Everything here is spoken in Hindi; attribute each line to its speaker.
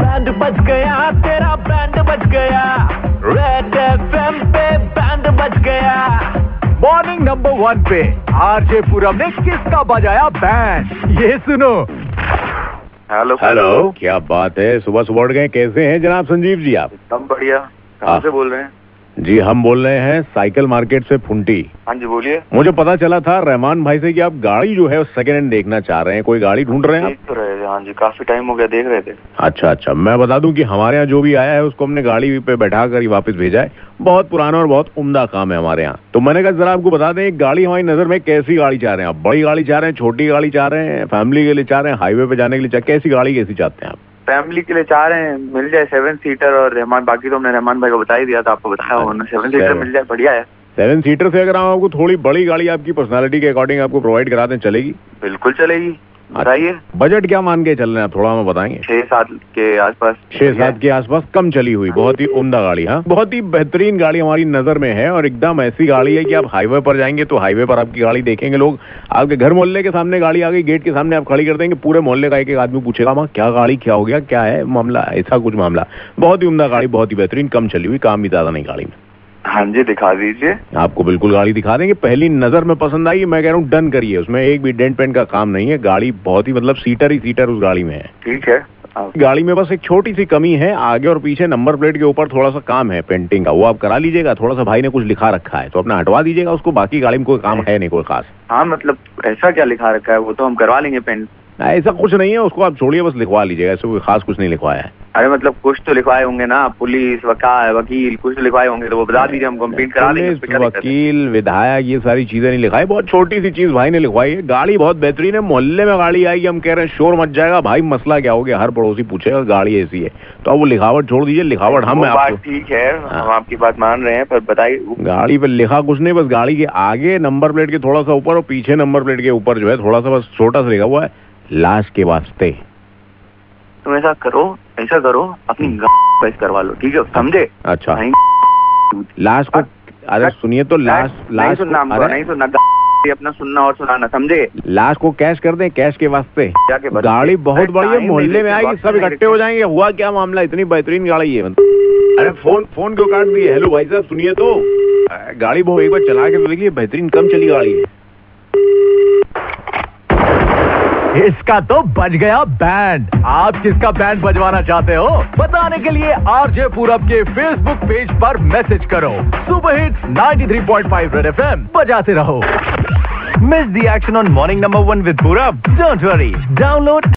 Speaker 1: बैंड बज गया तेरा बैंड बज गया रेड एफएम पे बैंड बज गया
Speaker 2: मॉर्निंग नंबर वन पे आरजे पूरम ने किसका बजाया बैंड ये सुनो
Speaker 3: हेलो
Speaker 4: हेलो क्या बात है सुबह सुबह उठ गए कैसे हैं जनाब संजीव जी आप
Speaker 3: एकदम बढ़िया
Speaker 4: हाँ।
Speaker 3: कहाँ से बोल रहे हैं
Speaker 4: जी हम बोल रहे हैं साइकिल मार्केट से फुंटी
Speaker 3: हाँ जी बोलिए
Speaker 4: मुझे पता चला था रहमान भाई से कि आप गाड़ी जो है सेकंड हैंड देखना चाह रहे हैं कोई गाड़ी ढूंढ रहे हैं
Speaker 3: देख तो रहे थे हाँ जी काफी टाइम हो गया देख रहे थे
Speaker 4: आप अच्छा अच्छा मैं बता दूं कि हमारे यहाँ जो भी आया है उसको हमने गाड़ी पे बैठा कर ही वापस भेजा है बहुत पुराना और बहुत उम्दा काम है हमारे यहाँ तो मैंने कहा जरा आपको बता दें एक गाड़ी हमारी नजर में कैसी गाड़ी चाह रहे हैं आप बड़ी गाड़ी चाह रहे हैं छोटी गाड़ी चाह रहे हैं फैमिली के लिए चाह रहे हैं हाईवे पे जाने के लिए चाह कैसी गाड़ी कैसी चाहते हैं आप
Speaker 3: फैमिली के लिए चाह रहे हैं मिल जाए सेवन सीटर और रहमान बाकी तो हमने रहमान भाई को बता ही दिया था आपको बताया उन्होंने
Speaker 4: अच्छा।
Speaker 3: Seven seater
Speaker 4: Seven।
Speaker 3: मिल जाए बढ़िया है
Speaker 4: सेवन सीटर से अगर हम आपको थोड़ी बड़ी गाड़ी आपकी पर्सनालिटी के अकॉर्डिंग आपको प्रोवाइड करा दें चलेगी
Speaker 3: बिल्कुल चलेगी बताइए
Speaker 4: बजट क्या मान के चल रहे हैं आप थोड़ा हमें बताएंगे
Speaker 3: छह सात के आसपास
Speaker 4: अच्छा। छह सात के आसपास कम चली हुई बहुत ही उम्दा गाड़ी हाँ बहुत ही बेहतरीन गाड़ी हमारी नजर में है और एकदम ऐसी गाड़ी है कि आप हाईवे पर जाएंगे तो हाईवे पर आपकी गाड़ी देखेंगे लोग आपके घर मोहल्ले के सामने गाड़ी आ गई गेट के सामने आप खड़ी कर देंगे पूरे मोहल्ले का एक एक आदमी पूछेगा माँ क्या गाड़ी क्या हो गया क्या है मामला ऐसा कुछ मामला बहुत ही उम्दा गाड़ी बहुत ही बेहतरीन कम चली हुई काम भी ज्यादा नहीं गाड़ी में
Speaker 3: हाँ जी दिखा दीजिए
Speaker 4: आपको बिल्कुल गाड़ी दिखा देंगे पहली नजर में पसंद आई मैं कह रहा हूँ डन करिए उसमें एक भी डेंट पेंट का काम नहीं है गाड़ी बहुत ही मतलब सीटर ही सीटर उस गाड़ी में है
Speaker 3: ठीक है आप-
Speaker 4: गाड़ी में बस एक छोटी सी कमी है आगे और पीछे नंबर प्लेट के ऊपर थोड़ा सा काम है पेंटिंग का वो आप करा लीजिएगा थोड़ा सा भाई ने कुछ लिखा रखा है तो अपना हटवा दीजिएगा उसको बाकी गाड़ी में कोई काम है नहीं कोई खास
Speaker 3: हाँ मतलब ऐसा क्या लिखा रखा है वो तो हम करवा लेंगे पेंट
Speaker 4: ऐसा कुछ नहीं है उसको आप छोड़िए बस लिखवा लीजिएगा ऐसे कोई खास कुछ नहीं लिखवाया है
Speaker 3: अरे मतलब कुछ तो लिखवाए होंगे ना पुलिस वकाल वकील कुछ तो लिखवाए होंगे तो वो बता दीजिए हम पेंट करा लेंगे उस पे
Speaker 4: पुलिस,
Speaker 3: क्या दिक्कत है?
Speaker 4: वकील विधायक ये सारी चीजें नहीं लिखाई बहुत छोटी सी चीज भाई ने लिखवाई है गाड़ी बहुत बेहतरीन है मोहल्ले में गाड़ी आएगी हम कह रहे हैं शोर मच जाएगा भाई मसला क्या हो गया हर पड़ोसी पूछेगा गाड़ी ऐसी है तो अब वो लिखावट छोड़ दीजिए लिखावट हम
Speaker 3: वो
Speaker 4: है
Speaker 3: बात
Speaker 4: आपको
Speaker 3: ठीक है हम
Speaker 4: हाँ।
Speaker 3: आपकी बात मान रहे हैं पर बताइए वो-
Speaker 4: गाड़ी पे लिखा कुछ नहीं बस गाड़ी के आगे नंबर प्लेट के थोड़ा सा ऊपर और पीछे नंबर प्लेट के ऊपर जो है थोड़ा सा बस छोटा सा लिखा हुआ है लाश के वास्ते
Speaker 3: तुम ऐसा करो ऐसा करो अपनी पैस करवा लो ठीक है समझे
Speaker 4: हाँ। अच्छा
Speaker 3: नहीं
Speaker 4: लाश को अरे सुनिए तो लाश
Speaker 3: नहीं
Speaker 4: लाश को-
Speaker 3: सुनना हमको
Speaker 4: अरे,
Speaker 3: नहीं सुनना ये अपना सुनना और सुनाना समझे
Speaker 4: लाश को कैश कर दें कैश के वास्ते
Speaker 3: जाके बता-
Speaker 4: गाड़ी बहुत
Speaker 3: अरे,
Speaker 4: बड़ी है
Speaker 3: time
Speaker 4: मोहल्ले
Speaker 3: नहीं
Speaker 4: में
Speaker 3: देखते,
Speaker 4: आएगी
Speaker 3: वक्त
Speaker 4: सब
Speaker 3: नहीं
Speaker 4: इकट्ठे
Speaker 3: देखते।
Speaker 4: हो जाएंगे हुआ क्या मामला इतनी बेहतरीन गाड़ी है मतलब अरे फोन फोन क्यों काट दिए हेलो भाई साहब सुनिए तो अ, गाड़ी बहुत एक बार चला के तो देखिए बेहतरीन कम चली गाड़ी है
Speaker 2: इसका तो बज गया बैंड आप किसका बैंड बजवाना चाहते हो बताने के लिए आरजे पूरब के फेसबुक पेज पर मैसेज करो सुपर हिट्स 93.5 रेड एफएम बजाते रहो miss the action on morning number one with Purab don't worry download